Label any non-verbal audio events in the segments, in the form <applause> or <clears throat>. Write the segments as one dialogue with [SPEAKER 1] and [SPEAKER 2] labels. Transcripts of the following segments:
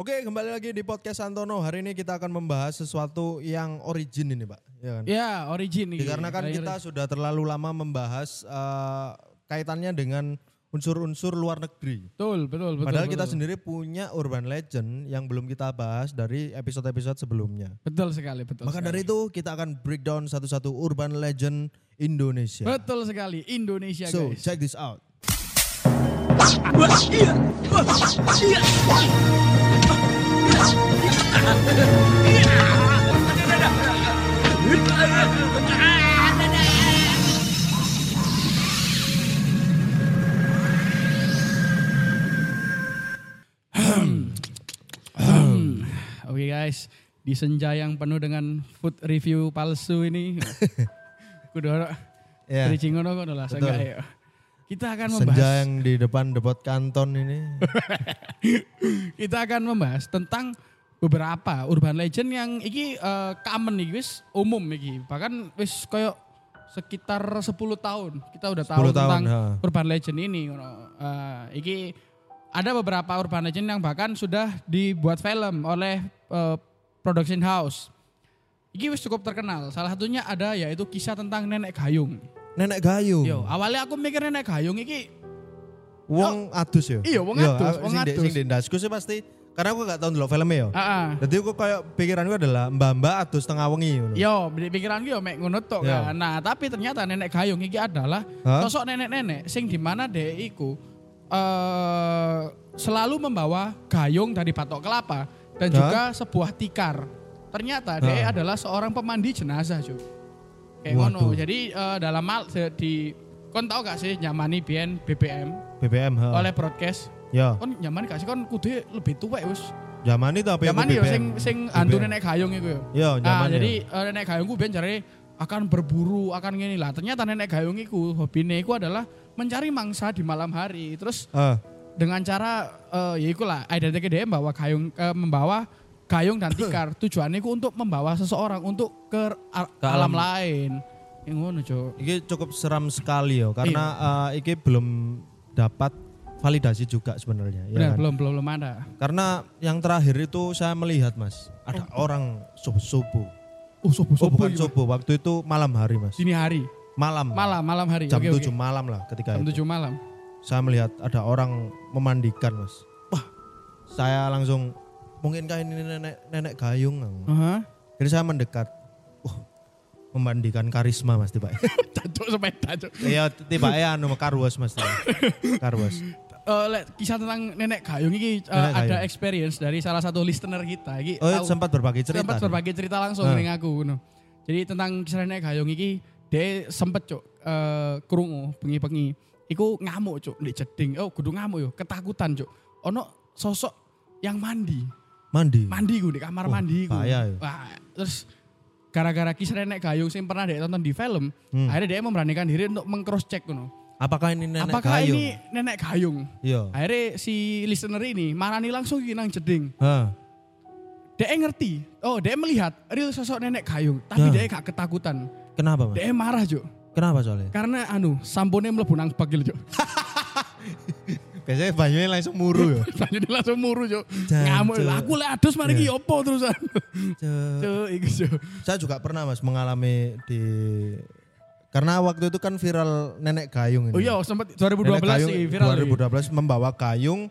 [SPEAKER 1] Oke, kembali lagi di podcast Santono. Hari ini kita akan membahas sesuatu yang origin ini, Pak. Ya kan?
[SPEAKER 2] Ya, origin nih.
[SPEAKER 1] Dikarenakan kita sudah terlalu lama membahas eh, kaitannya dengan unsur-unsur luar negeri.
[SPEAKER 2] betul, betul, betul.
[SPEAKER 1] Padahal kita
[SPEAKER 2] betul.
[SPEAKER 1] sendiri punya urban legend yang belum kita bahas dari episode-episode sebelumnya.
[SPEAKER 2] betul sekali, betul.
[SPEAKER 1] Maka dari
[SPEAKER 2] sekali.
[SPEAKER 1] itu kita akan breakdown satu-satu urban legend Indonesia.
[SPEAKER 2] Betul sekali, Indonesia
[SPEAKER 1] So,
[SPEAKER 2] guys.
[SPEAKER 1] check this out.
[SPEAKER 2] Hmm. Oke guys, di senja yang penuh dengan food review palsu
[SPEAKER 1] <laughs>
[SPEAKER 2] ini. Kudu ora
[SPEAKER 1] Ya.
[SPEAKER 2] bridging ngono kok
[SPEAKER 1] Betul.
[SPEAKER 2] lah, seenggak ya. Kita akan membahas
[SPEAKER 1] Senja yang di depan depot kanton
[SPEAKER 2] <laughs>
[SPEAKER 1] ini.
[SPEAKER 2] kita akan membahas tentang beberapa urban legend yang iki eh, common nih guys, umum iki. Bahkan wis koyo sekitar 10 tahun kita udah tahu
[SPEAKER 1] 10 tahun,
[SPEAKER 2] tentang
[SPEAKER 1] ha.
[SPEAKER 2] urban legend ini ngono. Eh, iki ada beberapa urban legend yang bahkan sudah dibuat film oleh eh, production house. Iki wis cukup terkenal. Salah satunya ada yaitu kisah tentang nenek gayung.
[SPEAKER 1] Nenek Gayung.
[SPEAKER 2] Yo, awalnya aku mikir nenek gayung iki
[SPEAKER 1] Wong adus ya?
[SPEAKER 2] Iya, wong
[SPEAKER 1] Yo,
[SPEAKER 2] adus,
[SPEAKER 1] aku-
[SPEAKER 2] wong
[SPEAKER 1] sing di-
[SPEAKER 2] adus.
[SPEAKER 1] Sing di ndasku sih pasti. Karena aku gak tau ndelok filmnya ya.
[SPEAKER 2] ah, ah.
[SPEAKER 1] Jadi aku kayak pikiranku adalah mbak-mbak adus tengah wengi. ngono.
[SPEAKER 2] Yo, di pikiranku yo mek ngono tok
[SPEAKER 1] Yo.
[SPEAKER 2] kan. Nah, tapi ternyata nenek gayung iki adalah
[SPEAKER 1] Hah?
[SPEAKER 2] sosok nenek-nenek sing dimana dek iku eh selalu membawa gayung dari patok kelapa dan
[SPEAKER 1] Hah?
[SPEAKER 2] juga sebuah tikar. Ternyata dek
[SPEAKER 1] Hah?
[SPEAKER 2] adalah seorang pemandi jenazah, Cuk. Kayak
[SPEAKER 1] Waduh.
[SPEAKER 2] ngono. Jadi eh, dalam hal se- di kon tau gak sih nyamani biyen BBM
[SPEAKER 1] BBM. Ha.
[SPEAKER 2] oleh broadcast?
[SPEAKER 1] Ya,
[SPEAKER 2] Kon nyamani gak sih kon kudu lebih tuwek wis.
[SPEAKER 1] zaman itu apa ya yang
[SPEAKER 2] Nyamani yo iya, sing sing antu nenek gayung iku yo.
[SPEAKER 1] Ya,
[SPEAKER 2] Nah,
[SPEAKER 1] zaman
[SPEAKER 2] jadi eh, nenek gayung ku biar cari akan berburu, akan gini lah. Ternyata nenek gayung iku hobine iku adalah mencari mangsa di malam hari. Terus
[SPEAKER 1] Eh,
[SPEAKER 2] dengan cara eh, ya iku lah identik dia membawa gayung eh, membawa gayung dan
[SPEAKER 1] <clears throat>
[SPEAKER 2] tikar. Tujuannya iku untuk membawa seseorang untuk ke, ar-
[SPEAKER 1] Ke
[SPEAKER 2] alam,
[SPEAKER 1] alam.
[SPEAKER 2] lain. Yang ngono, Cuk.
[SPEAKER 1] ini cukup seram sekali ya karena
[SPEAKER 2] Iya.
[SPEAKER 1] eh, ini belum dapat validasi juga sebenarnya ya
[SPEAKER 2] Benar,
[SPEAKER 1] kan?
[SPEAKER 2] belum belum belum ada.
[SPEAKER 1] Karena yang terakhir itu saya melihat Mas, ada orang subuh-subuh.
[SPEAKER 2] Oh, sopo
[SPEAKER 1] Oh,
[SPEAKER 2] sopo
[SPEAKER 1] bukan
[SPEAKER 2] gitu.
[SPEAKER 1] subuh, waktu itu malam hari Mas.
[SPEAKER 2] Dini hari,
[SPEAKER 1] Malam.
[SPEAKER 2] malam malam hari.
[SPEAKER 1] Jam
[SPEAKER 2] Oke, oke.
[SPEAKER 1] 7 malam lah ketika
[SPEAKER 2] Jam
[SPEAKER 1] itu.
[SPEAKER 2] 7 malam.
[SPEAKER 1] Saya melihat ada orang memandikan Mas. Wah, saya langsung mungkinkah ini nenek nenek gayung? <laughs>
[SPEAKER 2] Heeh.
[SPEAKER 1] Jadi saya mendekat. Wah, memandikan karisma Mas tiba. <laughs>
[SPEAKER 2] Cuk sepeda, Cuk.
[SPEAKER 1] Iya, tiba ya anu karwas Mas. tiba. Karwas.
[SPEAKER 2] Eh, lek, kisah tentang nenek gayung ini eh,
[SPEAKER 1] Nenek
[SPEAKER 2] ada
[SPEAKER 1] Gayung.
[SPEAKER 2] experience dari salah satu listener kita. Iki
[SPEAKER 1] Oh,
[SPEAKER 2] tahu-
[SPEAKER 1] sempat berbagi cerita.
[SPEAKER 2] sempat
[SPEAKER 1] nih.
[SPEAKER 2] berbagi cerita langsung
[SPEAKER 1] Ah.
[SPEAKER 2] dengan aku. ngono. Jadi tentang kisah nenek gayung ini, dia sempet cuk eh, kerungu pengi-pengi. Iku ngamuk cuk di jeding. Oh, kudu ngamuk yo, ketakutan cuk. Ono sosok yang mandi,
[SPEAKER 1] Mandi.
[SPEAKER 2] mandi gue di kamar
[SPEAKER 1] Wah,
[SPEAKER 2] mandi gue.
[SPEAKER 1] bahaya yo.
[SPEAKER 2] Wah, terus gara-gara kisah nenek gayung sing pernah dia tonton di film,
[SPEAKER 1] Hmm.
[SPEAKER 2] akhirnya dia memberanikan diri untuk mengcross check ngono.
[SPEAKER 1] Apakah ini nenek
[SPEAKER 2] Apakah
[SPEAKER 1] gayung?
[SPEAKER 2] ini nenek gayung?
[SPEAKER 1] Iya.
[SPEAKER 2] Akhirnya si listener ini marani langsung iki nang jeding.
[SPEAKER 1] Hah.
[SPEAKER 2] Dia ngerti. Oh, dia melihat real sosok nenek gayung,
[SPEAKER 1] Nah.
[SPEAKER 2] tapi dia gak ketakutan.
[SPEAKER 1] Kenapa, Mas?
[SPEAKER 2] Dia marah, Juk.
[SPEAKER 1] Kenapa soalnya?
[SPEAKER 2] Karena anu, sampone mlebu nang bagil, <laughs> Juk.
[SPEAKER 1] Biasanya banyunya langsung <laughs> muru ya.
[SPEAKER 2] Lanjut langsung muru, Juk.
[SPEAKER 1] Dan,
[SPEAKER 2] Ngamuk,
[SPEAKER 1] Cuk. Iya.
[SPEAKER 2] "Lah, aku lek adus mari iki opo terusan. <laughs>
[SPEAKER 1] Ce-
[SPEAKER 2] Cuk, iku, Juk.
[SPEAKER 1] Saya juga pernah Mas mengalami di karena waktu itu kan viral nenek gayung ini.
[SPEAKER 2] Oh iya, sempat
[SPEAKER 1] Nenek
[SPEAKER 2] 2012
[SPEAKER 1] gayung
[SPEAKER 2] sih viral. iki.
[SPEAKER 1] 2012 membawa gayung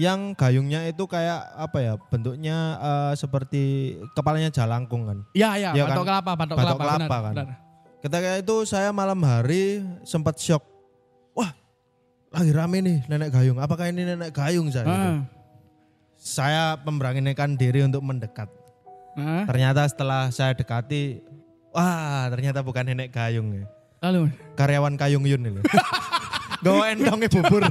[SPEAKER 1] yang gayungnya itu kayak apa ya bentuknya eh, seperti kepalanya jalangkung kan.
[SPEAKER 2] Iya, iya,
[SPEAKER 1] Iya
[SPEAKER 2] patok
[SPEAKER 1] kan?
[SPEAKER 2] kelapa,
[SPEAKER 1] Batok
[SPEAKER 2] patok kelapa. benar,
[SPEAKER 1] kelapa kan.
[SPEAKER 2] benar.
[SPEAKER 1] Ketika itu saya malam hari sempat shock. Wah, lagi rame nih nenek gayung. Apakah ini nenek gayung saya? gitu.
[SPEAKER 2] Ah,
[SPEAKER 1] Saya memberanikan diri untuk mendekat.
[SPEAKER 2] ah.
[SPEAKER 1] Ternyata setelah saya dekati, wah ternyata bukan nenek gayung ya.
[SPEAKER 2] Lalu,
[SPEAKER 1] Karyawan Kayung Yun <laughs> ini. Gawa entongnya bubur.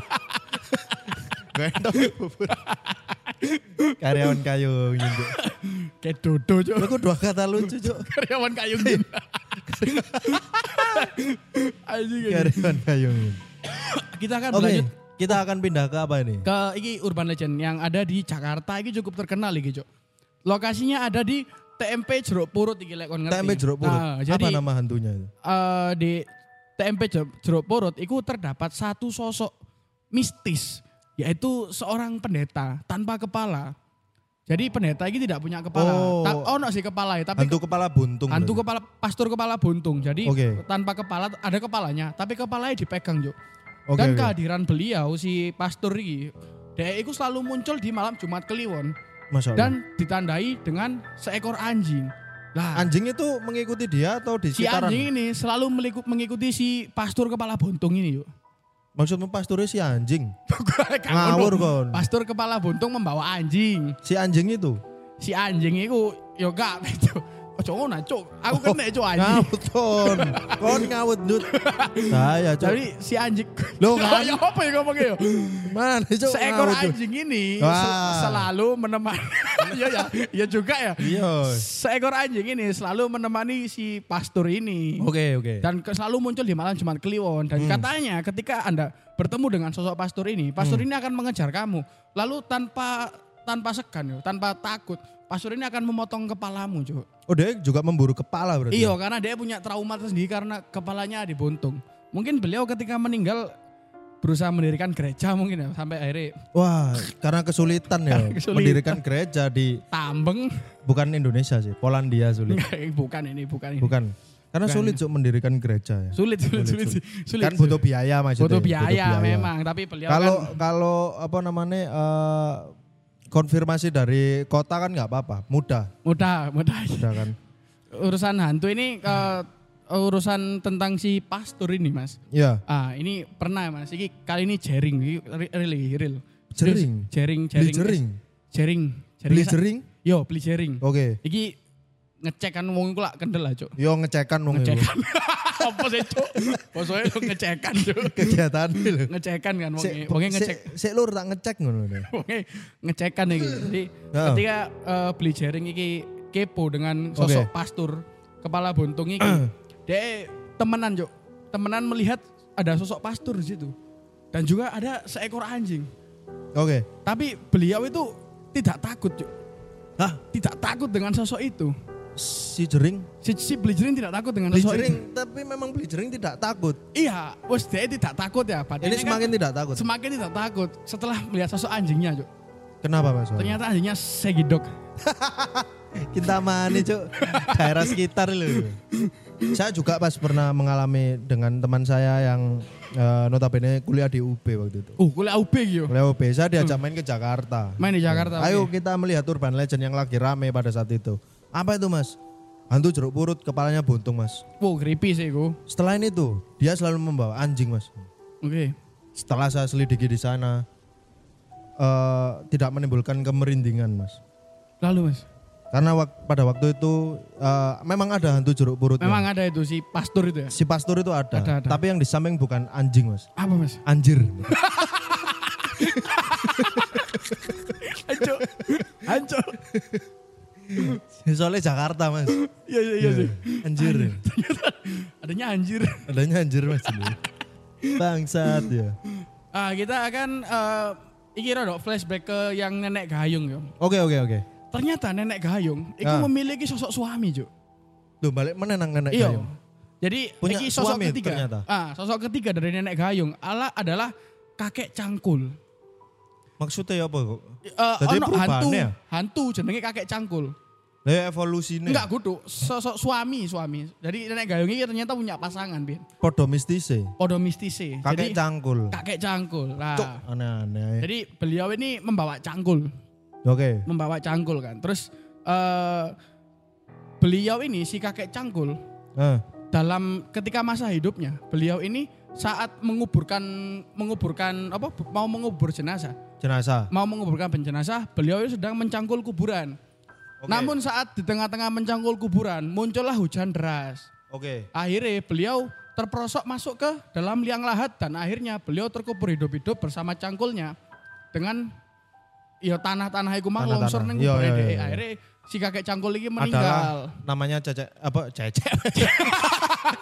[SPEAKER 1] Gawa entongnya bubur. Karyawan Kayung Yun. Cuk.
[SPEAKER 2] kayak dodo, Juk.
[SPEAKER 1] Lho, kok dua kata lucu, Cuk.
[SPEAKER 2] <laughs> Karyawan kayung
[SPEAKER 1] <laughs>
[SPEAKER 2] gini. Anjing, anjing.
[SPEAKER 1] Karyawan Kayung Yun.
[SPEAKER 2] Kita kan akan
[SPEAKER 1] Iya. Oke,
[SPEAKER 2] berlanjut
[SPEAKER 1] kita akan pindah ke apa ini?
[SPEAKER 2] ke iki urban legend yang ada di Jakarta iki cukup terkenal iki, Cuk. Lokasinya ada di TMP Jeruk Purut iki lek kon ngerti.
[SPEAKER 1] TMP Jeruk Purut.
[SPEAKER 2] Nah, jadi
[SPEAKER 1] apa nama hantunya itu?
[SPEAKER 2] eh, di TMP Jer- Jeruk Purut iku terdapat satu sosok mistis yaitu seorang pendeta tanpa kepala Jadi pendeta ini tidak punya kepala.
[SPEAKER 1] Oh.
[SPEAKER 2] Ta- ono sih kepala ya, tapi
[SPEAKER 1] Hantu kepala buntung.
[SPEAKER 2] hantu
[SPEAKER 1] berarti.
[SPEAKER 2] kepala pastor kepala buntung. Jadi
[SPEAKER 1] Oke.
[SPEAKER 2] tanpa kepala ada kepalanya, tapi kepalanya dipegang, Juk.
[SPEAKER 1] Oke,
[SPEAKER 2] Dan
[SPEAKER 1] oke.
[SPEAKER 2] kehadiran beliau si pastor ini dia itu selalu muncul di malam Jumat Kliwon
[SPEAKER 1] Masya Allah.
[SPEAKER 2] dan ditandai dengan seekor anjing. Lah,
[SPEAKER 1] anjing itu mengikuti dia atau di
[SPEAKER 2] si
[SPEAKER 1] sekitaran?
[SPEAKER 2] anjing ini selalu meliku- mengikuti si pastor kepala buntung ini, Yuk. <laughs>
[SPEAKER 1] Maksudmu pasturnya si anjing?
[SPEAKER 2] Gak
[SPEAKER 1] Ngawur
[SPEAKER 2] ngono.
[SPEAKER 1] kon.
[SPEAKER 2] Pastor kepala buntung membawa anjing.
[SPEAKER 1] Si anjing itu.
[SPEAKER 2] Si anjing itu yo gak <laughs> itu. Ojo ngono, Cuk. Aku
[SPEAKER 1] Oh,
[SPEAKER 2] kena Cuk anjing.
[SPEAKER 1] Ngawut kon. kon ngawut
[SPEAKER 2] <laughs>
[SPEAKER 1] dud. Saya cok.
[SPEAKER 2] Jadi si anjing <laughs>
[SPEAKER 1] Loh, kan?
[SPEAKER 2] ya apa yang ngomongnya yo?
[SPEAKER 1] Mana cok?
[SPEAKER 2] Seekor
[SPEAKER 1] ngawut, Dud?
[SPEAKER 2] anjing ini
[SPEAKER 1] Wah.
[SPEAKER 2] se- selalu menemani <laughs> Iya ya, iya juga ya.
[SPEAKER 1] Iya.
[SPEAKER 2] Seekor anjing ini selalu menemani si pastor ini.
[SPEAKER 1] Oke oke.
[SPEAKER 2] Dan ke- selalu muncul di malam Jumat Kliwon dan katanya ketika Anda bertemu dengan sosok pastor ini, pastor ini akan mengejar kamu. Lalu tanpa tanpa segan, yo, tanpa takut, pastor ini akan memotong kepalamu, Cuk.
[SPEAKER 1] Oh dia juga memburu kepala berarti. ya?
[SPEAKER 2] Iya, karena dia punya trauma tersendiri karena kepalanya dibuntung. Mungkin beliau ketika meninggal berusaha mendirikan gereja mungkin ya sampai akhirnya
[SPEAKER 1] Wah, karena kesulitan ya
[SPEAKER 2] <laughs> Karena kesulitan.
[SPEAKER 1] mendirikan gereja di
[SPEAKER 2] <laughs> tambeng
[SPEAKER 1] bukan Indonesia sih, Polandia
[SPEAKER 2] <laughs>
[SPEAKER 1] sulit.
[SPEAKER 2] Enggak, bukan ini bukan ini
[SPEAKER 1] Bukan. Karena
[SPEAKER 2] Bukan.
[SPEAKER 1] sulit Cuk, mendirikan gereja ya.
[SPEAKER 2] sulit sulit sulit sulit, sulit.
[SPEAKER 1] Kan butuh biaya maksudnya.
[SPEAKER 2] Butuh biaya memang tapi beliau
[SPEAKER 1] Kalau
[SPEAKER 2] kan
[SPEAKER 1] kalau apa namanya eh, konfirmasi dari kota kan nggak apa-apa, mudah,
[SPEAKER 2] mudah mudah
[SPEAKER 1] mudah kan.
[SPEAKER 2] urusan hantu ini eh, urusan tentang si pastor ini mas
[SPEAKER 1] Iya.
[SPEAKER 2] ah ini pernah mas ini kali ini jering ini re- real ini, real
[SPEAKER 1] Jering?
[SPEAKER 2] Serius, jering
[SPEAKER 1] Beli
[SPEAKER 2] jering
[SPEAKER 1] jering.
[SPEAKER 2] jering
[SPEAKER 1] Beli jering?
[SPEAKER 2] yo beli jering
[SPEAKER 1] Oke.
[SPEAKER 2] Iki ngecek kan wong iku lak kendel lah, Cuk.
[SPEAKER 1] Yo ngecekan wong
[SPEAKER 2] Ngecek
[SPEAKER 1] iku.
[SPEAKER 2] kan. <laughs> Apa sih, Cuk? Bosone lu ngecekan,
[SPEAKER 1] <laughs>
[SPEAKER 2] Cuk.
[SPEAKER 1] <laughs> Kegiatan iki lho.
[SPEAKER 2] Ngecekan kan wong
[SPEAKER 1] Sik-
[SPEAKER 2] wonge
[SPEAKER 1] sik-
[SPEAKER 2] ngecek.
[SPEAKER 1] Sik lur tak ngecek ngono lho.
[SPEAKER 2] Wonge ngecekan iki. Jadi
[SPEAKER 1] Heeh.
[SPEAKER 2] ketika eh, beli jaring iki kepo dengan sosok
[SPEAKER 1] Oke.
[SPEAKER 2] pastur kepala buntung iki. Dia temenan, Cuk. Temenan melihat ada sosok pastur di situ. Dan juga ada seekor anjing.
[SPEAKER 1] Oke.
[SPEAKER 2] Tapi beliau itu tidak takut, Cuk.
[SPEAKER 1] Hah,
[SPEAKER 2] Tidak takut dengan sosok itu.
[SPEAKER 1] si jering?
[SPEAKER 2] Si, si beli jaring tidak takut dengan
[SPEAKER 1] Beli
[SPEAKER 2] sosok itu.
[SPEAKER 1] jering, tapi memang beli jering tidak takut.
[SPEAKER 2] Iya, wes dia tidak takut ya.
[SPEAKER 1] Ini
[SPEAKER 2] Badannya kan
[SPEAKER 1] semakin tidak takut.
[SPEAKER 2] semakin tidak takut setelah melihat sosok anjingnya, Cuk.
[SPEAKER 1] Kenapa Mas? Wahyu?
[SPEAKER 2] Ternyata anjingnya segidok.
[SPEAKER 1] Eh, Kita mani cuk daerah sekitar loh. Saya juga pas pernah mengalami dengan teman saya yang eh, notabene kuliah di UB waktu itu.
[SPEAKER 2] Uh, kuliah UB gitu.
[SPEAKER 1] Kuliah UB saya diajak main ke Jakarta.
[SPEAKER 2] Main di Jakarta.
[SPEAKER 1] Ayo
[SPEAKER 2] oke.
[SPEAKER 1] kita melihat urban legend yang lagi rame pada saat itu. Apa itu mas? Hantu jeruk purut kepalanya buntung mas.
[SPEAKER 2] Wow, creepy sih gua.
[SPEAKER 1] Setelah itu dia selalu membawa anjing mas.
[SPEAKER 2] Oke.
[SPEAKER 1] Setelah saya selidiki di sana eh, tidak menimbulkan kemerindingan mas.
[SPEAKER 2] Lalu, Mas.
[SPEAKER 1] Karena wak- pada waktu itu eh, memang ada hantu jeruk purut. ya.
[SPEAKER 2] Memang ada itu si pastor itu ya.
[SPEAKER 1] Si pastor itu ada,
[SPEAKER 2] Ada, ada.
[SPEAKER 1] tapi yang di samping bukan anjing mas,
[SPEAKER 2] Apa, Mas?
[SPEAKER 1] anjir.
[SPEAKER 2] <laughs> Hancur. <laughs> Hancur.
[SPEAKER 1] Soalnya Jakarta mas,
[SPEAKER 2] Iya, iya, iya sih.
[SPEAKER 1] anjir.
[SPEAKER 2] Ternyata adanya anjir.
[SPEAKER 1] Adanya anjir mas ini. Bangsat ya.
[SPEAKER 2] Ah, kita akan eh iki rodok flashback ke yang nenek gayung yo.
[SPEAKER 1] Oke oke oke.
[SPEAKER 2] Ternyata nenek gayung itu
[SPEAKER 1] Ah.
[SPEAKER 2] memiliki sosok suami, Cuk.
[SPEAKER 1] Tuh balik mana nang nenek
[SPEAKER 2] Iya.
[SPEAKER 1] gayung?
[SPEAKER 2] Jadi
[SPEAKER 1] Punya
[SPEAKER 2] iki sosok
[SPEAKER 1] suami
[SPEAKER 2] ketiga.
[SPEAKER 1] ternyata.
[SPEAKER 2] Ah, sosok ketiga dari nenek gayung ala adalah kakek cangkul.
[SPEAKER 1] Maksudnya apa kok?
[SPEAKER 2] Eh,
[SPEAKER 1] Jadi
[SPEAKER 2] ono hantu,
[SPEAKER 1] perubahannya?
[SPEAKER 2] hantu jenenge kakek cangkul.
[SPEAKER 1] Lah ya evolusinya.
[SPEAKER 2] Enggak kudu, sosok suami suami. Jadi nenek gayung ini ternyata punya pasangan, Bin.
[SPEAKER 1] Podo mistise.
[SPEAKER 2] Podo mistise.
[SPEAKER 1] e. Kakek
[SPEAKER 2] Jadi
[SPEAKER 1] cangkul.
[SPEAKER 2] kakek cangkul. Nah,
[SPEAKER 1] Cuk, aneh-aneh.
[SPEAKER 2] jadi beliau ini membawa cangkul,
[SPEAKER 1] Oke.
[SPEAKER 2] membawa cangkul kan. Terus eh beliau ini si kakek cangkul
[SPEAKER 1] Eh,
[SPEAKER 2] dalam ketika masa hidupnya beliau ini saat menguburkan menguburkan apa mau mengubur jenazah
[SPEAKER 1] jenazah.
[SPEAKER 2] mau menguburkan penjenazah beliau ini sedang mencangkul kuburan
[SPEAKER 1] Oke.
[SPEAKER 2] namun saat di tengah-tengah mencangkul kuburan muncullah hujan deras
[SPEAKER 1] Oke.
[SPEAKER 2] akhirnya beliau terperosok masuk ke dalam liang lahat dan akhirnya beliau terkubur hidup-hidup bersama cangkulnya dengan ya tanah-tanah iku mau
[SPEAKER 1] Tanah-tanah.
[SPEAKER 2] longsor ning
[SPEAKER 1] Iya,
[SPEAKER 2] kubure
[SPEAKER 1] iya,
[SPEAKER 2] dhek.
[SPEAKER 1] iya.
[SPEAKER 2] akhirnya si kakek cangkul ini
[SPEAKER 1] Adalah
[SPEAKER 2] meninggal
[SPEAKER 1] namanya cece apa
[SPEAKER 2] <laughs>
[SPEAKER 1] cece.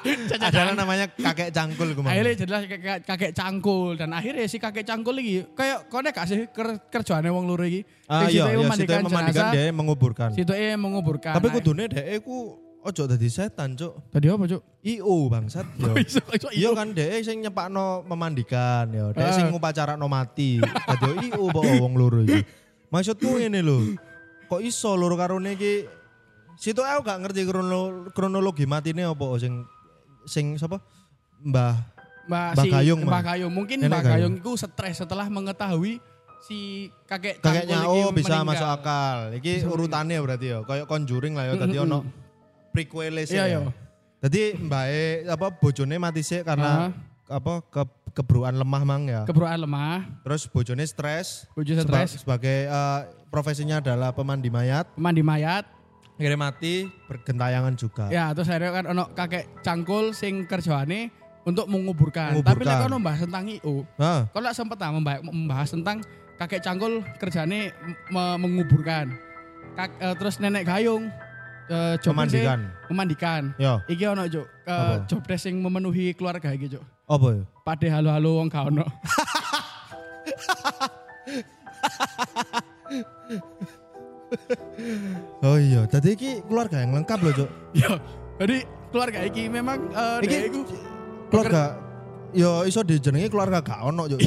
[SPEAKER 2] Cacakan.
[SPEAKER 1] Adalah namanya kakek cangkul kemarin.
[SPEAKER 2] Akhirnya jadilah kakek, kakek cangkul dan akhirnya si kakek cangkul lagi kayak konek gak sih ker, kerjaannya wong lur iki.
[SPEAKER 1] Ah
[SPEAKER 2] Sing
[SPEAKER 1] iya,
[SPEAKER 2] situ
[SPEAKER 1] iya, situ yang memandikan
[SPEAKER 2] jenazah,
[SPEAKER 1] dia yang menguburkan.
[SPEAKER 2] Situ e menguburkan.
[SPEAKER 1] Tapi kudune dhek ku ojo dadi setan, Cuk.
[SPEAKER 2] tadi apa, Cuk?
[SPEAKER 1] IO bangsat yo.
[SPEAKER 2] Iso iso
[SPEAKER 1] Iya kan dhek sing nyepakno memandikan yo, dhek
[SPEAKER 2] Ah.
[SPEAKER 1] sing ngupacarano mati. Dadi yo IO apa wong loro iki. Maksudku ngene lho. kok iso loro karone iki situ aku gak ngerti krono, kronologi matine apa sing sing sapa Mbah
[SPEAKER 2] Mbak,
[SPEAKER 1] Mbak
[SPEAKER 2] si,
[SPEAKER 1] Gayung, Mbak.
[SPEAKER 2] Mbak Gayung. Mungkin
[SPEAKER 1] Nenek
[SPEAKER 2] Mbak
[SPEAKER 1] Gayung.
[SPEAKER 2] Gayung itu stres setelah mengetahui si kakek
[SPEAKER 1] kakeknya
[SPEAKER 2] cangkul iki
[SPEAKER 1] oh bisa
[SPEAKER 2] meninggal.
[SPEAKER 1] masuk akal iki urutannya berarti ya kayak conjuring lah ya tadi ono prequel sih
[SPEAKER 2] Iya, iya.
[SPEAKER 1] jadi mbae apa bojone mati sih karena apa ke keburuan lemah mang ya
[SPEAKER 2] Keberuan lemah,
[SPEAKER 1] terus bojone stres
[SPEAKER 2] Bojo
[SPEAKER 1] seba-
[SPEAKER 2] stres.
[SPEAKER 1] sebagai eh, profesinya adalah pemandi mayat
[SPEAKER 2] mandi mayat.
[SPEAKER 1] akhirnya mati bergentayangan juga
[SPEAKER 2] Ya, terus akhirnya kan ono kakek cangkul sing kerjaane untuk menguburkan. Tapi
[SPEAKER 1] Menguburkan.
[SPEAKER 2] nek ono mbahas tentang IU,
[SPEAKER 1] Hah,
[SPEAKER 2] kalau nggak sempet ah membahas, membahas tentang kakek cangkul kerjane me- menguburkan. Kak- eh, terus nenek gayung eh, jobnya sih
[SPEAKER 1] Memandikan.
[SPEAKER 2] memandikan.
[SPEAKER 1] yo
[SPEAKER 2] Iki ono Cuk, eh,
[SPEAKER 1] Apa?
[SPEAKER 2] job desk yang memenuhi keluarga iki, Cuk.
[SPEAKER 1] apa ya
[SPEAKER 2] Pade halo-halo wong gak ono.
[SPEAKER 1] oh iya jadi iki keluarga yang lengkap loh cok
[SPEAKER 2] Ya, jadi keluarga iki memang eh
[SPEAKER 1] Iki-
[SPEAKER 2] dhek iku
[SPEAKER 1] keluarga yo iso dijenengi keluarga gak ono cok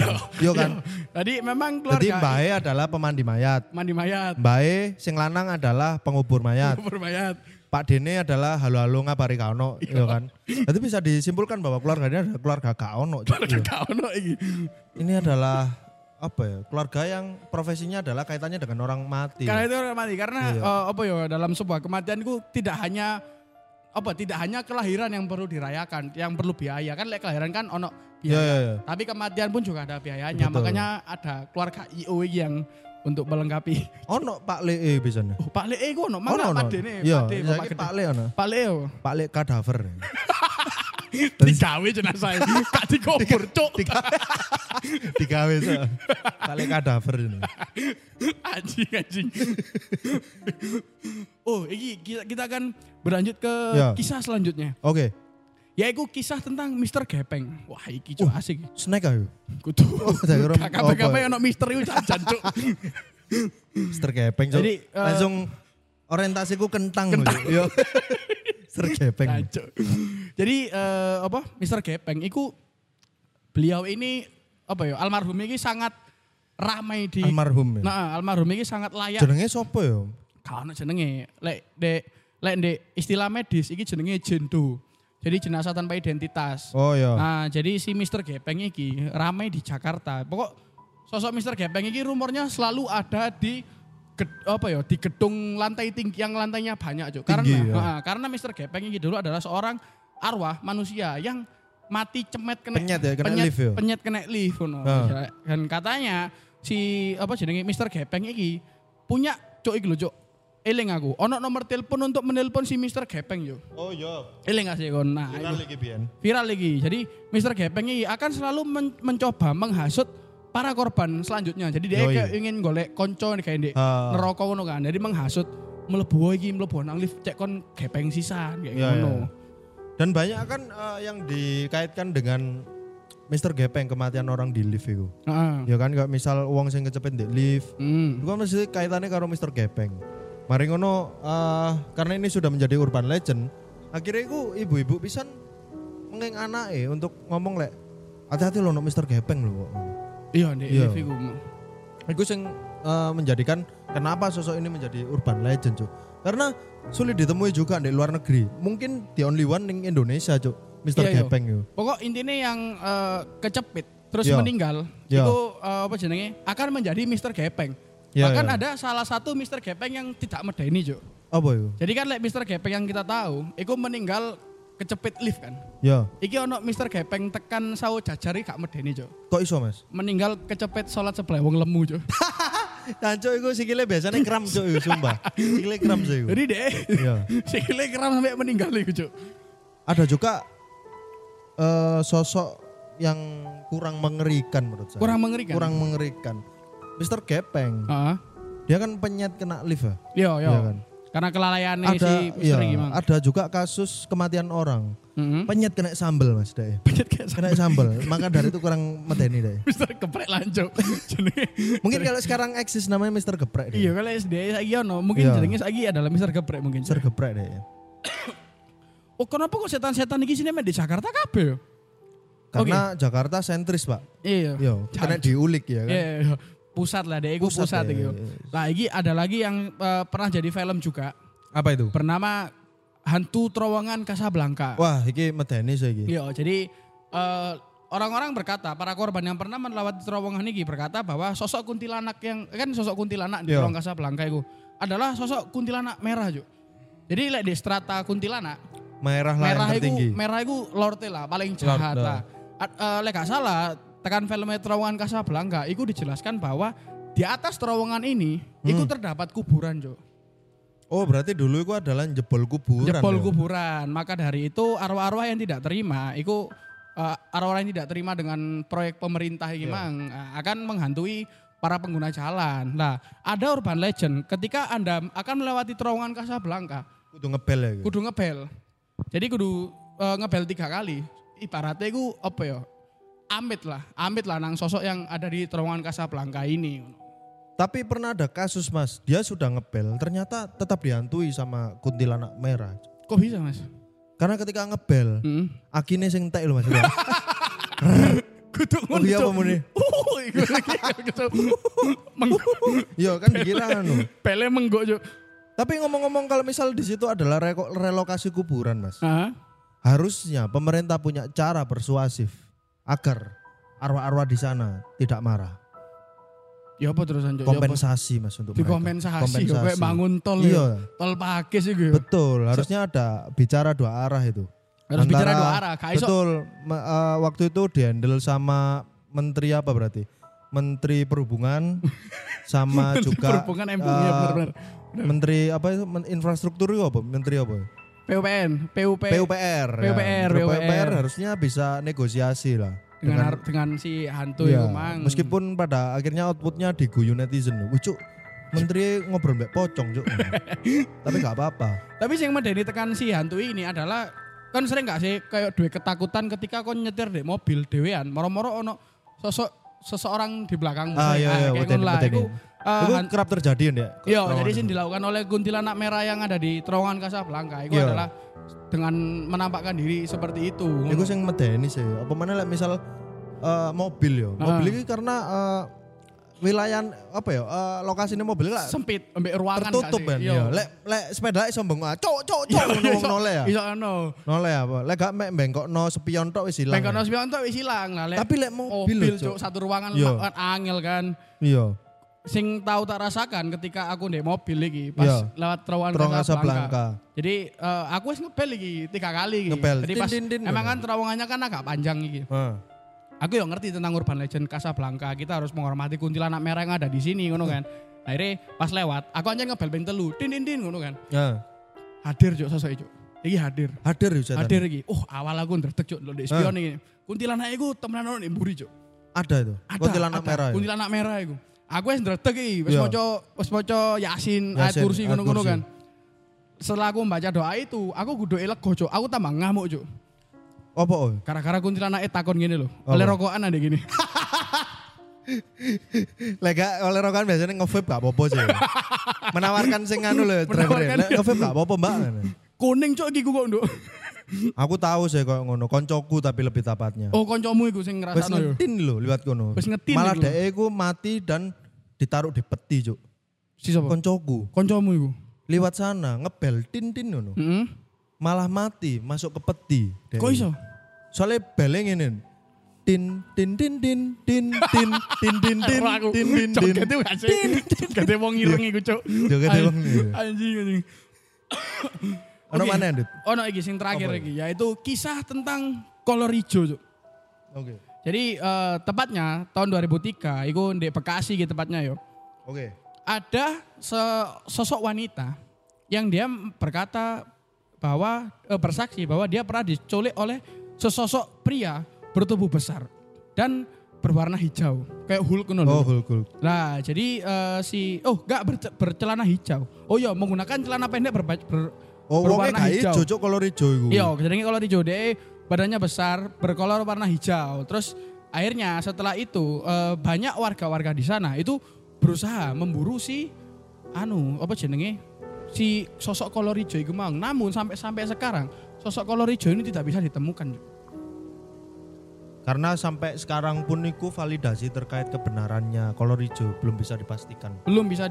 [SPEAKER 1] yo kan
[SPEAKER 2] Tadi memang
[SPEAKER 1] Jadi
[SPEAKER 2] keluarga
[SPEAKER 1] Mbae adalah pemandi mayat.
[SPEAKER 2] mandi mayat,
[SPEAKER 1] Mbae sing lanang adalah pengubur mayat.
[SPEAKER 2] kubur mayat.
[SPEAKER 1] Pak Dene adalah halo-halo ngabari kaono, ya kan? Jadi bisa disimpulkan bahwa keluarga ini adalah keluarga kaono.
[SPEAKER 2] Keluarga gak ono iki.
[SPEAKER 1] Ini adalah apa ya? Keluarga yang profesinya adalah kaitannya dengan orang mati.
[SPEAKER 2] Karena itu orang mati karena
[SPEAKER 1] Iya.
[SPEAKER 2] eh, apa ya dalam sebuah kematian itu tidak hanya apa tidak hanya kelahiran yang perlu dirayakan, yang perlu biaya kan lek kelahiran kan ono
[SPEAKER 1] Ya,
[SPEAKER 2] biaya.
[SPEAKER 1] ya, ya.
[SPEAKER 2] Tapi kematian pun juga ada biayanya.
[SPEAKER 1] Betul.
[SPEAKER 2] Makanya ada keluarga IO iki yang untuk melengkapi.
[SPEAKER 1] Ono Pak Le biasanya.
[SPEAKER 2] Oh, Pak Le eh
[SPEAKER 1] Ono
[SPEAKER 2] ono mana
[SPEAKER 1] ono.
[SPEAKER 2] Pak Dene?
[SPEAKER 1] Iya,
[SPEAKER 2] Pak De, Bapak
[SPEAKER 1] saiki
[SPEAKER 2] Gede.
[SPEAKER 1] Pak Le ono.
[SPEAKER 2] Pak Le yo.
[SPEAKER 1] Pak Le
[SPEAKER 2] <laughs>
[SPEAKER 1] kadaver.
[SPEAKER 2] Digawe jenazah.
[SPEAKER 1] <laughs>
[SPEAKER 2] Gak dikubur, Cuk.
[SPEAKER 1] Digawe. so. Pak Le kadaver ini.
[SPEAKER 2] anjing
[SPEAKER 1] <laughs>
[SPEAKER 2] anjing oh ini kita, kita akan berlanjut ke
[SPEAKER 1] Ya.
[SPEAKER 2] kisah selanjutnya
[SPEAKER 1] Oke,
[SPEAKER 2] yaitu kisah tentang Mr. Gepeng wah iki cok asik
[SPEAKER 1] snack ayo.
[SPEAKER 2] kudu
[SPEAKER 1] Oh, dari
[SPEAKER 2] <laughs>
[SPEAKER 1] orang- ya?
[SPEAKER 2] kape-kape ono Mister itu jajan cok
[SPEAKER 1] Mister Gepeng. Cuk.
[SPEAKER 2] Jadi, eh,
[SPEAKER 1] langsung orientasiku kentang. Cuk. Yo. Mister Gepeng.
[SPEAKER 2] Nah, Cuk. jadi eh, apa Mr. Gepeng itu beliau ini apa ya almarhum ini sangat ramai di
[SPEAKER 1] Almarhum ya.
[SPEAKER 2] nah almarhum ini sangat layak
[SPEAKER 1] Jenenge sapa ya?
[SPEAKER 2] Gak ono jenenge. Lek dek lek ndek istilah medis iki jenenge jendo. Jadi jenazah tanpa identitas.
[SPEAKER 1] Oh ya.
[SPEAKER 2] Nah, jadi si Mr. Gepeng iki ramai di Jakarta. Pokok sosok Mr. Gepeng iki rumornya selalu ada di ged- apa ya di gedung lantai tinggi yang lantainya banyak Cuk. Karena
[SPEAKER 1] Tinggi, ya.
[SPEAKER 2] nah, karena Mr. Gepeng iki dulu adalah seorang arwah manusia yang mati cemet kena
[SPEAKER 1] Penyet ya, kena lift ya.
[SPEAKER 2] penyet kena lift ngono. Ya,
[SPEAKER 1] Ah.
[SPEAKER 2] Dan katanya si apa jenenge Mr. Gepeng iki punya cuk iki lho cuk. Eling aku, ono nomor telepon untuk menelpon si Mr. Gepeng yo.
[SPEAKER 1] Oh ya.
[SPEAKER 2] Eling gak sih kon. Nah, iku
[SPEAKER 1] iki biyen.
[SPEAKER 2] viral lagi. Jadi Mr. Gepeng ini akan selalu men- mencoba menghasut para korban selanjutnya. Jadi dia
[SPEAKER 1] Yoi.
[SPEAKER 2] kayak ingin golek konco nih kayak ndek
[SPEAKER 1] Ah.
[SPEAKER 2] neraka ngono kan. Jadi menghasut melebu iki melebu nang lift cek kon gepeng sisan kayak
[SPEAKER 1] Iya,
[SPEAKER 2] ngono.
[SPEAKER 1] iya. Dan banyak kan eh, yang dikaitkan dengan Mister Gepeng kematian orang di lift itu.
[SPEAKER 2] Heeh.
[SPEAKER 1] Ya kan kayak misal uang sing kecepet di lift.
[SPEAKER 2] Hmm.
[SPEAKER 1] Itu kan mesti kaitannya karo Mister Gepeng. Mari ngono eh, karena ini sudah menjadi urban legend. Akhirnya iku ibu-ibu pisan mengeng anake untuk ngomong lek hati-hati loh no Mister Gepeng loh.
[SPEAKER 2] Iya ndek
[SPEAKER 1] Iya.
[SPEAKER 2] lift iku.
[SPEAKER 1] Itu sing eh, menjadikan kenapa sosok ini menjadi urban legend, Cuk. Karena sulit ditemui juga di luar negeri. Mungkin the only one di Indonesia, Cuk. Mr.
[SPEAKER 2] Iya, iya.
[SPEAKER 1] Gepeng yo.
[SPEAKER 2] Pokok intinya yang eh, kecepit terus
[SPEAKER 1] Iya.
[SPEAKER 2] meninggal
[SPEAKER 1] Iya.
[SPEAKER 2] itu eh, apa jenenge akan menjadi Mr. Gepeng.
[SPEAKER 1] Iya,
[SPEAKER 2] Bahkan
[SPEAKER 1] iya.
[SPEAKER 2] ada salah satu Mr. Gepeng yang tidak medeni, Cuk.
[SPEAKER 1] Apa yo?
[SPEAKER 2] Jadi kan like Mr. Gepeng yang kita tahu, iku meninggal kecepit lift kan.
[SPEAKER 1] Ya,
[SPEAKER 2] Iki ono Mr. Gepeng tekan sawo jajari gak medeni, Cuk.
[SPEAKER 1] kok iso, Mas?
[SPEAKER 2] Meninggal kecepet salat sebelah wong lemu, Cuk.
[SPEAKER 1] Tanco Nah, iku sikile biasanya kram, Cuk, iku, sumpah. Sikile kram sih iku.
[SPEAKER 2] Jadi deh, <laughs>
[SPEAKER 1] Iya.
[SPEAKER 2] sikile keram sampai meninggal iku, Cuk.
[SPEAKER 1] Ada juga eh, sosok yang kurang mengerikan Ah. menurut saya.
[SPEAKER 2] Kurang mengerikan.
[SPEAKER 1] Kurang mengerikan. Mr. Gepeng,
[SPEAKER 2] Heeh.
[SPEAKER 1] dia kan penyet kena lift ya.
[SPEAKER 2] Yo, yo.
[SPEAKER 1] Iya kan.
[SPEAKER 2] Karena kelalaiannya
[SPEAKER 1] Ada,
[SPEAKER 2] si
[SPEAKER 1] iya,
[SPEAKER 2] Mr. gimana?
[SPEAKER 1] ada juga kasus kematian orang.
[SPEAKER 2] Heeh.
[SPEAKER 1] Penyet kena sambel mas deh.
[SPEAKER 2] Penyet kayak <laughs> sama
[SPEAKER 1] Kena Hmm? sambel, maka dari itu kurang medeni deh.
[SPEAKER 2] Mr. Geprek <laughs> lanjut.
[SPEAKER 1] Mungkin kalau sekarang eksis namanya Mister Geprek deh.
[SPEAKER 2] Iya, kalau SD saiki ono, mungkin
[SPEAKER 1] Iya.
[SPEAKER 2] jenenge saiki adalah Mr. Geprek mungkin.
[SPEAKER 1] Mister Geprek deh.
[SPEAKER 2] Oh, kenapa kok setan-setan iki sini main di Jakarta kabeh? yo?
[SPEAKER 1] Karena Jakarta sentris pak.
[SPEAKER 2] Iya.
[SPEAKER 1] Yo, karena diulik ya kan.
[SPEAKER 2] Iya, iya. pusat lah deh, iku pusat,
[SPEAKER 1] Pusat ya,
[SPEAKER 2] gitu.
[SPEAKER 1] iya.
[SPEAKER 2] Lah iki ada lagi yang eh, pernah jadi film juga
[SPEAKER 1] Apa itu?
[SPEAKER 2] bernama Hantu Terowongan Casablanca.
[SPEAKER 1] Wah, iki medeni sih iki.
[SPEAKER 2] Iya, jadi eh, orang-orang berkata, para korban yang pernah melewati terowongan ini berkata bahwa sosok kuntilanak yang kan sosok kuntilanak di
[SPEAKER 1] Iya.
[SPEAKER 2] Terowongan Casablanca itu adalah sosok kuntilanak merah, Juk. Jadi lek di strata kuntilanak,
[SPEAKER 1] Merah lah
[SPEAKER 2] merah
[SPEAKER 1] yang
[SPEAKER 2] itu
[SPEAKER 1] tertinggi.
[SPEAKER 2] merah itu lorte lah, paling jahat
[SPEAKER 1] Lord,
[SPEAKER 2] lah. At- eh, lek gak salah, tekan film Terowongan Casablanca itu dijelaskan bahwa di atas terowongan ini
[SPEAKER 1] Hmm.
[SPEAKER 2] itu terdapat kuburan, Juk.
[SPEAKER 1] Oh, berarti dulu iku adalah jebol kuburan.
[SPEAKER 2] jebol
[SPEAKER 1] ya?
[SPEAKER 2] kuburan. Maka dari itu arwah-arwah yang tidak terima, itu eh, arwah-arwah yang tidak terima dengan proyek pemerintah ini
[SPEAKER 1] Iya.
[SPEAKER 2] mang eh, akan menghantui para pengguna jalan. Nah, ada urban legend ketika Anda akan melewati terowongan Casablanca,
[SPEAKER 1] Kudu ngebel ya. iki.
[SPEAKER 2] kudu ngebel. Jadi kudu eh, ngebel tiga kali. Ibaratnya itu apa ya? Amit lah, amit lah nang sosok yang ada di terowongan Casablanca ini.
[SPEAKER 1] Tapi pernah ada kasus, Mas. Dia sudah ngebel, ternyata tetap dihantui sama kuntilanak merah.
[SPEAKER 2] Kok bisa, Mas?
[SPEAKER 1] Karena ketika ngebel,
[SPEAKER 2] Hmm.
[SPEAKER 1] akine sing entek
[SPEAKER 2] <laughs>
[SPEAKER 1] lho Mas.
[SPEAKER 2] Kudu
[SPEAKER 1] Oh, iya,
[SPEAKER 2] ngunjuk.
[SPEAKER 1] apa
[SPEAKER 2] <laughs>
[SPEAKER 1] muni?
[SPEAKER 2] Uh, iku lagi, kudu.
[SPEAKER 1] <laughs>
[SPEAKER 2] Meng-
[SPEAKER 1] Iya kan dikira anu.
[SPEAKER 2] <laughs> Pele menggok Cuk.
[SPEAKER 1] Tapi ngomong-ngomong kalau misal di situ adalah reko- relokasi kuburan, Mas.
[SPEAKER 2] Hah?
[SPEAKER 1] Harusnya pemerintah punya cara persuasif agar arwah-arwah di sana tidak marah.
[SPEAKER 2] Ya apa terusan Cuk? Ya apa?
[SPEAKER 1] Kompensasi Mas untuk mereka.
[SPEAKER 2] Dikompensasi kok kayak bangun tol
[SPEAKER 1] Iya.
[SPEAKER 2] ya. Tol pakis iku ya.
[SPEAKER 1] Betul, harusnya ada bicara dua arah itu.
[SPEAKER 2] Harus bicara
[SPEAKER 1] Antara-
[SPEAKER 2] dua arah, gak iso.
[SPEAKER 1] Betul. me- eh, waktu itu dihandle sama menteri apa berarti? Menteri Perhubungan
[SPEAKER 2] <laughs>
[SPEAKER 1] sama ah, juga
[SPEAKER 2] Perhubungan MU ya
[SPEAKER 1] eh,
[SPEAKER 2] benar-benar.
[SPEAKER 1] Menteri apa itu Men- infrastruktur itu apa? Menteri apa?
[SPEAKER 2] PUPN, PUP
[SPEAKER 1] PUPR. ya.
[SPEAKER 2] PUPR,
[SPEAKER 1] Menteri
[SPEAKER 2] PUPR.
[SPEAKER 1] harusnya bisa negosiasi lah.
[SPEAKER 2] dengan har- dengan si hantu
[SPEAKER 1] kan. Iya,
[SPEAKER 2] itu mang.
[SPEAKER 1] meskipun pada akhirnya outputnya diguyu netizen. Wih, Cuk, menteri ngobrol mbek pocong,
[SPEAKER 2] <laughs>
[SPEAKER 1] Cuk. Tapi nggak apa-apa.
[SPEAKER 2] Tapi yang medeni tekan si hantu ini adalah kan sering gak sih kayak duwe ketakutan ketika kon nyetir di mobil dewean, moro-moro ono sosok seseorang di belakangmu.
[SPEAKER 1] Ah, iya, iya,
[SPEAKER 2] ya, kayak
[SPEAKER 1] medeni,
[SPEAKER 2] ngono lah.
[SPEAKER 1] medeni.
[SPEAKER 2] Iku, eh,
[SPEAKER 1] Itu
[SPEAKER 2] han-
[SPEAKER 1] kerap terjadi ya.
[SPEAKER 2] Iya, jadi sih dilakukan oleh kuntilanak merah yang ada di terowongan Casablanca itu
[SPEAKER 1] Iya.
[SPEAKER 2] adalah dengan menampakkan diri seperti itu.
[SPEAKER 1] Iku sing medeni sih. Apa mana lek misal eh, mobil ya.
[SPEAKER 2] Ah.
[SPEAKER 1] Mobil ini karena eh, wilayah apa ya? eh, lokasinya mobil lah
[SPEAKER 2] sempit ambek ruangan gak
[SPEAKER 1] tertutup
[SPEAKER 2] sih?
[SPEAKER 1] kan.
[SPEAKER 2] Iya.
[SPEAKER 1] Ya.
[SPEAKER 2] <laughs>
[SPEAKER 1] Lek lek sepeda sombong ah. Cok cok cok ngono wong
[SPEAKER 2] Iso-
[SPEAKER 1] noleh ya.
[SPEAKER 2] Iso ono.
[SPEAKER 1] Noleh ya, apa? Lek gak mek bengkokno sepion tok wis ilang.
[SPEAKER 2] Bengkono sepion tok wis ilang lah. Lek
[SPEAKER 1] ya? Tapi lek mobil lho, Cuk.
[SPEAKER 2] Cuk, satu ruangan
[SPEAKER 1] Iya.
[SPEAKER 2] kan angel kan.
[SPEAKER 1] Iya.
[SPEAKER 2] Sing tahu tak rasakan ketika aku ndek mobil iki pas
[SPEAKER 1] Iya.
[SPEAKER 2] lewat terowongan
[SPEAKER 1] Terowongan
[SPEAKER 2] Casablanca.
[SPEAKER 1] Casablanca.
[SPEAKER 2] Jadi eh, aku wis ngebel iki tiga kali iki.
[SPEAKER 1] Ngebel.
[SPEAKER 2] Jadi
[SPEAKER 1] Tin,
[SPEAKER 2] pas
[SPEAKER 1] tin, tin,
[SPEAKER 2] emang
[SPEAKER 1] ngono.
[SPEAKER 2] kan terowongannya kan agak panjang iki.
[SPEAKER 1] Heeh.
[SPEAKER 2] aku yang ngerti tentang urban legend Casablanca kita harus menghormati kuntilanak merah yang ada di sini ngono kan akhirnya pas lewat aku aja ngebel beng telu din din din ngono kan
[SPEAKER 1] Heeh.
[SPEAKER 2] hadir cuk sosok cuk iki hadir
[SPEAKER 1] Hadir ya setan.
[SPEAKER 2] hadir iki oh awal aku ndredeg cuk lo di
[SPEAKER 1] Eh.
[SPEAKER 2] spion iki kuntilanak iku temenan ono ning mburi cuk
[SPEAKER 1] Ada itu.
[SPEAKER 2] ada
[SPEAKER 1] Kuntilanak
[SPEAKER 2] ada.
[SPEAKER 1] merah. ya?
[SPEAKER 2] kuntilanak merah iku aku wis ndredeg iki wis
[SPEAKER 1] Iya.
[SPEAKER 2] maca wis maca yasin ayat
[SPEAKER 1] Yasin,
[SPEAKER 2] kursi
[SPEAKER 1] ayat
[SPEAKER 2] ngono-ngono
[SPEAKER 1] kursi.
[SPEAKER 2] kan setelah aku membaca doa itu aku kudu lega cuk aku tambah ngamuk cuk
[SPEAKER 1] Apa? oh?
[SPEAKER 2] gara-gara kuntilanak takon gini loh
[SPEAKER 1] Apa?
[SPEAKER 2] oleh rokokan ada gini
[SPEAKER 1] Lek gak oleh rokan biasanya nge-vape gak apa-apa
[SPEAKER 2] <laughs>
[SPEAKER 1] sih. Menawarkan sing anu lho, driver.
[SPEAKER 2] Menawarkan,
[SPEAKER 1] Lek
[SPEAKER 2] iya.
[SPEAKER 1] nge-vape gak apa-apa, Mbak.
[SPEAKER 2] <laughs> kuning cuk iki ku kok nduk
[SPEAKER 1] Aku tahu sih kayak ngono, koncoku tapi lebih tepatnya.
[SPEAKER 2] Oh koncomu iku sing
[SPEAKER 1] Wes
[SPEAKER 2] ngrasakno yo.
[SPEAKER 1] ngetin lho liwat kono.
[SPEAKER 2] Wes ngetin
[SPEAKER 1] Malah
[SPEAKER 2] iku.
[SPEAKER 1] dhek iku mati dan ditaruh di peti, Cuk.
[SPEAKER 2] Si sapa?
[SPEAKER 1] Koncoku
[SPEAKER 2] Koncomu iku.
[SPEAKER 1] liwat sana ngebel tin tin ngono.
[SPEAKER 2] Heeh.
[SPEAKER 1] Malah mati masuk ke peti. dhek
[SPEAKER 2] Kok
[SPEAKER 1] iku.
[SPEAKER 2] iso?
[SPEAKER 1] Soalnya beleng ini. Tin tin tin tin tin tin tin tin tin
[SPEAKER 2] <laughs> Ora aku.
[SPEAKER 1] tin tin tin.
[SPEAKER 2] Jogete gak sih. Jogete wong ireng iku, Cuk.
[SPEAKER 1] Jogete
[SPEAKER 2] Ay-
[SPEAKER 1] wong ireng.
[SPEAKER 2] Anjing anjing.
[SPEAKER 1] Ono
[SPEAKER 2] Oke.
[SPEAKER 1] mana, Dit?
[SPEAKER 2] Ono iki sing terakhir
[SPEAKER 1] Apa
[SPEAKER 2] iki yaitu kisah tentang kolor ijo, Cuk.
[SPEAKER 1] Oke.
[SPEAKER 2] Jadi eh, tepatnya tahun 2003 iku di Bekasi gitu tepatnya yo.
[SPEAKER 1] Oke.
[SPEAKER 2] Ada se- sosok wanita yang dia berkata bahwa eh, bersaksi bahwa dia pernah diculik oleh sesosok pria bertubuh besar dan berwarna hijau kayak Hulk ngono lho.
[SPEAKER 1] Oh, gul gul.
[SPEAKER 2] Nah, jadi eh, si oh enggak berce- bercelana hijau. Oh iya, menggunakan celana pendek berba- ber-
[SPEAKER 1] Oh, wonge
[SPEAKER 2] berwarna
[SPEAKER 1] gak
[SPEAKER 2] hijau.
[SPEAKER 1] ijo, Cuk, kolor ijo iku.
[SPEAKER 2] Iya, jadi kalau di Jode badannya besar, berkolor warna hijau. Terus akhirnya setelah itu eh, banyak warga-warga di sana itu berusaha memburu si anu apa jenenge si sosok kolor hijau itu mang. Namun sampai sampai sekarang sosok kolor hijau ini tidak bisa ditemukan. Cuk.
[SPEAKER 1] Karena sampai sekarang pun niku validasi terkait kebenarannya kolor hijau belum bisa dipastikan.
[SPEAKER 2] belum bisa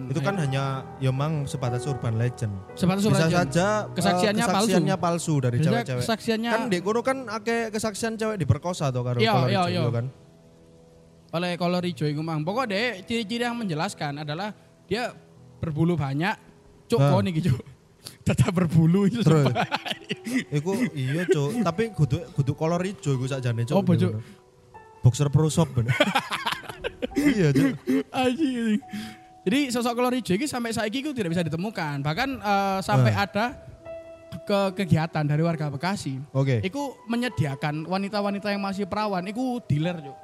[SPEAKER 1] Iya,
[SPEAKER 2] Nah,
[SPEAKER 1] Itu kan hanya ya memang sebatas urban legend.
[SPEAKER 2] Hmm, iya. sebatas
[SPEAKER 1] Bisa
[SPEAKER 2] urban legend.
[SPEAKER 1] saja eh,
[SPEAKER 2] Kesaksiannya palsu.
[SPEAKER 1] kesaksiannya palsu. dari
[SPEAKER 2] Bisa
[SPEAKER 1] cewek-cewek.
[SPEAKER 2] kesaksiannya
[SPEAKER 1] Kan di kono kan akeh kesaksian cewek diperkosa atau karo
[SPEAKER 2] Iya,
[SPEAKER 1] kolor
[SPEAKER 2] iya,
[SPEAKER 1] hijau
[SPEAKER 2] iya.
[SPEAKER 1] yo kan.
[SPEAKER 2] oleh kolor hijau iku mang. Pokok deh ciri-ciri yang menjelaskan adalah dia berbulu banyak. Cuk
[SPEAKER 1] Nah.
[SPEAKER 2] kok niki cuk. Tetap berbulu itu
[SPEAKER 1] Terus.
[SPEAKER 2] <laughs> sumpah.
[SPEAKER 1] Iku iya cuk, tapi kudu kudu kolor hijau iku sakjane cuk.
[SPEAKER 2] Apa, Cuk?
[SPEAKER 1] Boxer Pro Shop
[SPEAKER 2] <laughs>
[SPEAKER 1] bener. iya cuk.
[SPEAKER 2] Anjing. Jadi sosok kolor hijau ini sampai saat ini tidak bisa ditemukan. Bahkan eh, sampai ada ke kegiatan dari warga Bekasi.
[SPEAKER 1] Oke.
[SPEAKER 2] Iku menyediakan wanita-wanita yang masih perawan. Iku dealer yo.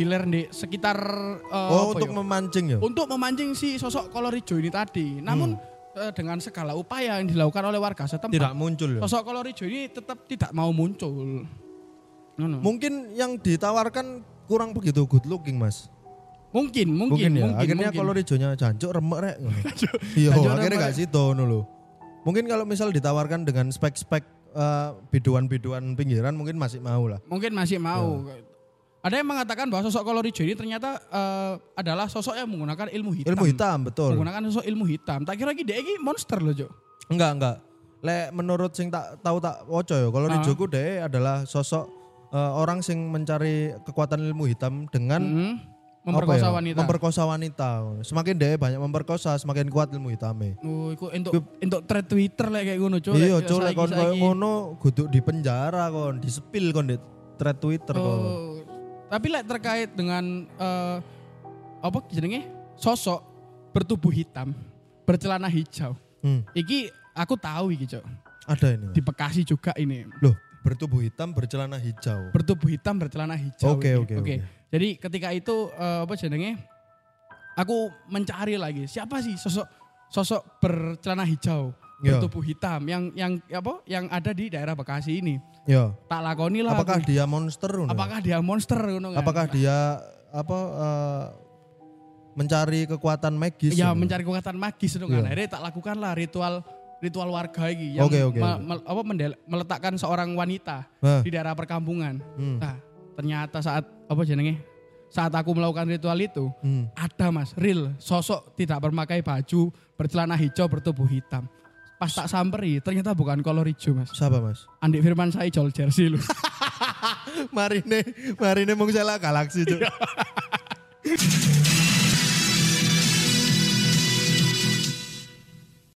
[SPEAKER 2] Dealer di sekitar eh,
[SPEAKER 1] Oh,
[SPEAKER 2] apa
[SPEAKER 1] untuk
[SPEAKER 2] yo?
[SPEAKER 1] memancing ya.
[SPEAKER 2] untuk memancing si sosok kolor hijau ini tadi. Namun eh, dengan segala upaya yang dilakukan oleh warga setempat,
[SPEAKER 1] Hmm. Tidak muncul ya.
[SPEAKER 2] sosok kolor hijau ini tetap tidak mau muncul. Ngono.
[SPEAKER 1] Mungkin yang ditawarkan kurang begitu good looking, Mas.
[SPEAKER 2] Mungkin, mungkin,
[SPEAKER 1] Mungkin,
[SPEAKER 2] mungkin,
[SPEAKER 1] ya. akhirnya
[SPEAKER 2] mungkin.
[SPEAKER 1] kolor hijaunya jancuk remek rek ngono. Iya,
[SPEAKER 2] <laughs> jancuk
[SPEAKER 1] akhirnya
[SPEAKER 2] remek,
[SPEAKER 1] gak situ ngono lho. Mungkin kalau misal ditawarkan dengan spek-spek eh, biduan-biduan pinggiran mungkin masih mau lah.
[SPEAKER 2] Mungkin
[SPEAKER 1] Ya.
[SPEAKER 2] masih mau. Ada yang mengatakan bahwa sosok kolor hijau ini ternyata eh, adalah sosok yang menggunakan ilmu hitam.
[SPEAKER 1] Ilmu hitam betul.
[SPEAKER 2] Menggunakan sosok ilmu hitam. Tak kira lagi dia ini monster loh, Jo.
[SPEAKER 1] Enggak, enggak. Lek menurut sing tak tahu tak woco ya, kalau
[SPEAKER 2] Ah.
[SPEAKER 1] Rijoku deh adalah sosok eh, orang sing mencari kekuatan ilmu hitam dengan
[SPEAKER 2] Mm-mm.
[SPEAKER 1] apa
[SPEAKER 2] Hmm, Memperkosa
[SPEAKER 1] ya,
[SPEAKER 2] wanita.
[SPEAKER 1] Memperkosa wanita. Semakin deh banyak memperkosa, semakin kuat ilmu hitamnya.
[SPEAKER 2] Oh, iku untuk untuk thread Twitter lah kayak ngono, Jo.
[SPEAKER 1] Iya,
[SPEAKER 2] Lek-
[SPEAKER 1] cuk lek
[SPEAKER 2] ya, saiki-
[SPEAKER 1] kon koyo
[SPEAKER 2] saiki.
[SPEAKER 1] ngono kudu di penjara kon, disepil kon di thread Twitter kon.
[SPEAKER 2] Oh, tapi lek terkait dengan eh, apa jenenge sosok bertubuh hitam, bercelana hijau.
[SPEAKER 1] Hmm,
[SPEAKER 2] Iki aku tahu iki, Cok.
[SPEAKER 1] ada ini.
[SPEAKER 2] Di Bekasi juga ini.
[SPEAKER 1] Loh, bertubuh hitam bercelana hijau.
[SPEAKER 2] Bertubuh hitam, bercelana hijau.
[SPEAKER 1] Oke,
[SPEAKER 2] ini.
[SPEAKER 1] oke, oke.
[SPEAKER 2] Jadi ketika itu eh, apa jenenge? Aku mencari lagi siapa sih sosok sosok bercelana hijau,
[SPEAKER 1] Iya.
[SPEAKER 2] bertubuh hitam yang yang apa? Yang ada di daerah Bekasi ini.
[SPEAKER 1] Ya.
[SPEAKER 2] Tak lakoni lah.
[SPEAKER 1] Apakah
[SPEAKER 2] aku.
[SPEAKER 1] dia monster ngono?
[SPEAKER 2] apakah dia monster ngono kan?
[SPEAKER 1] Apakah dia apa eh, mencari kekuatan magis?
[SPEAKER 2] ya
[SPEAKER 1] ngono?
[SPEAKER 2] mencari kekuatan magis itu kan
[SPEAKER 1] Iya.
[SPEAKER 2] akhirnya tak lakukanlah ritual ritual warga ini yang
[SPEAKER 1] Oke, oke,
[SPEAKER 2] me-
[SPEAKER 1] oke.
[SPEAKER 2] me- apa, mendel- meletakkan seorang wanita
[SPEAKER 1] Hah,
[SPEAKER 2] di daerah perkampungan
[SPEAKER 1] hmm,
[SPEAKER 2] nah ternyata saat apa jenenge saat aku melakukan ritual itu
[SPEAKER 1] hmm.
[SPEAKER 2] ada mas real sosok tidak bermakai baju bercelana hijau bertubuh hitam pas tak samperi ternyata bukan kolor hijau mas
[SPEAKER 1] Siapa mas?
[SPEAKER 2] <laughs> Andi Firman saya jol jersey lu
[SPEAKER 1] Marine, Marine mau salah galaksi tuh.